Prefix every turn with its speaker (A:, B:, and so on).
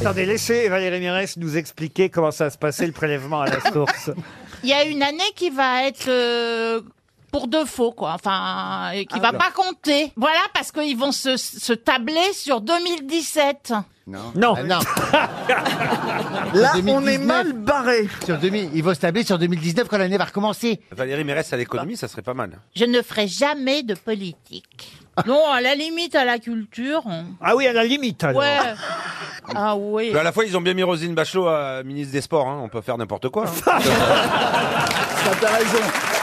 A: attendez, laissez Valérie Mérès nous expliquer comment ça se passait le prélèvement à la source.
B: Il y a une année qui va être euh, pour de faux, quoi. Enfin, et qui va
A: oui.
B: pas compter. Voilà, parce qu'ils vont se, se tabler sur 2017.
C: Non.
A: Non.
D: Ah,
C: Là, on est mal
D: barré. Sur 2000, il va se tabler sur 2019 quand l'année va recommencer.
E: Valérie Mérès à l'économie, ça serait pas mal.
B: Je ne ferai jamais de politique. Non, à la limite, à la culture. on-
A: Ah oui, à la limite alors.
B: Ouais. Ah oui.
E: Mais à la fois, ils ont bien mis Rosine Bachelot à ministre des Sports. hein. On peut faire n'importe quoi. hein.
C: T'as raison.